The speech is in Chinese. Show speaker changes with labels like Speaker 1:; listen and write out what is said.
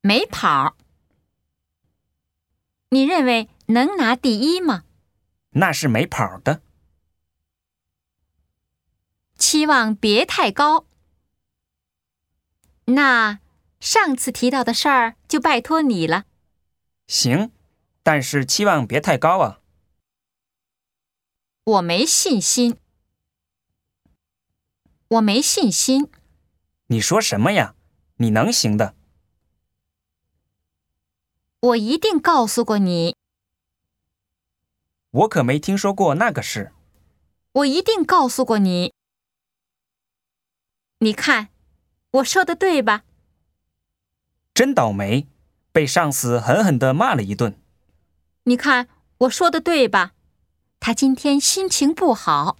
Speaker 1: 没跑。你认为能拿第一吗？
Speaker 2: 那是没跑的。
Speaker 1: 期望别太高。那上次提到的事儿就拜托你了。
Speaker 2: 行，但是期望别太高啊。
Speaker 1: 我没信心，我没信心。
Speaker 2: 你说什么呀？你能行的。
Speaker 1: 我一定告诉过你，
Speaker 2: 我可没听说过那个事。
Speaker 1: 我一定告诉过你。你看，我说的对吧？
Speaker 2: 真倒霉，被上司狠狠地骂了一顿。
Speaker 1: 你看，我说的对吧？他今天心情不好。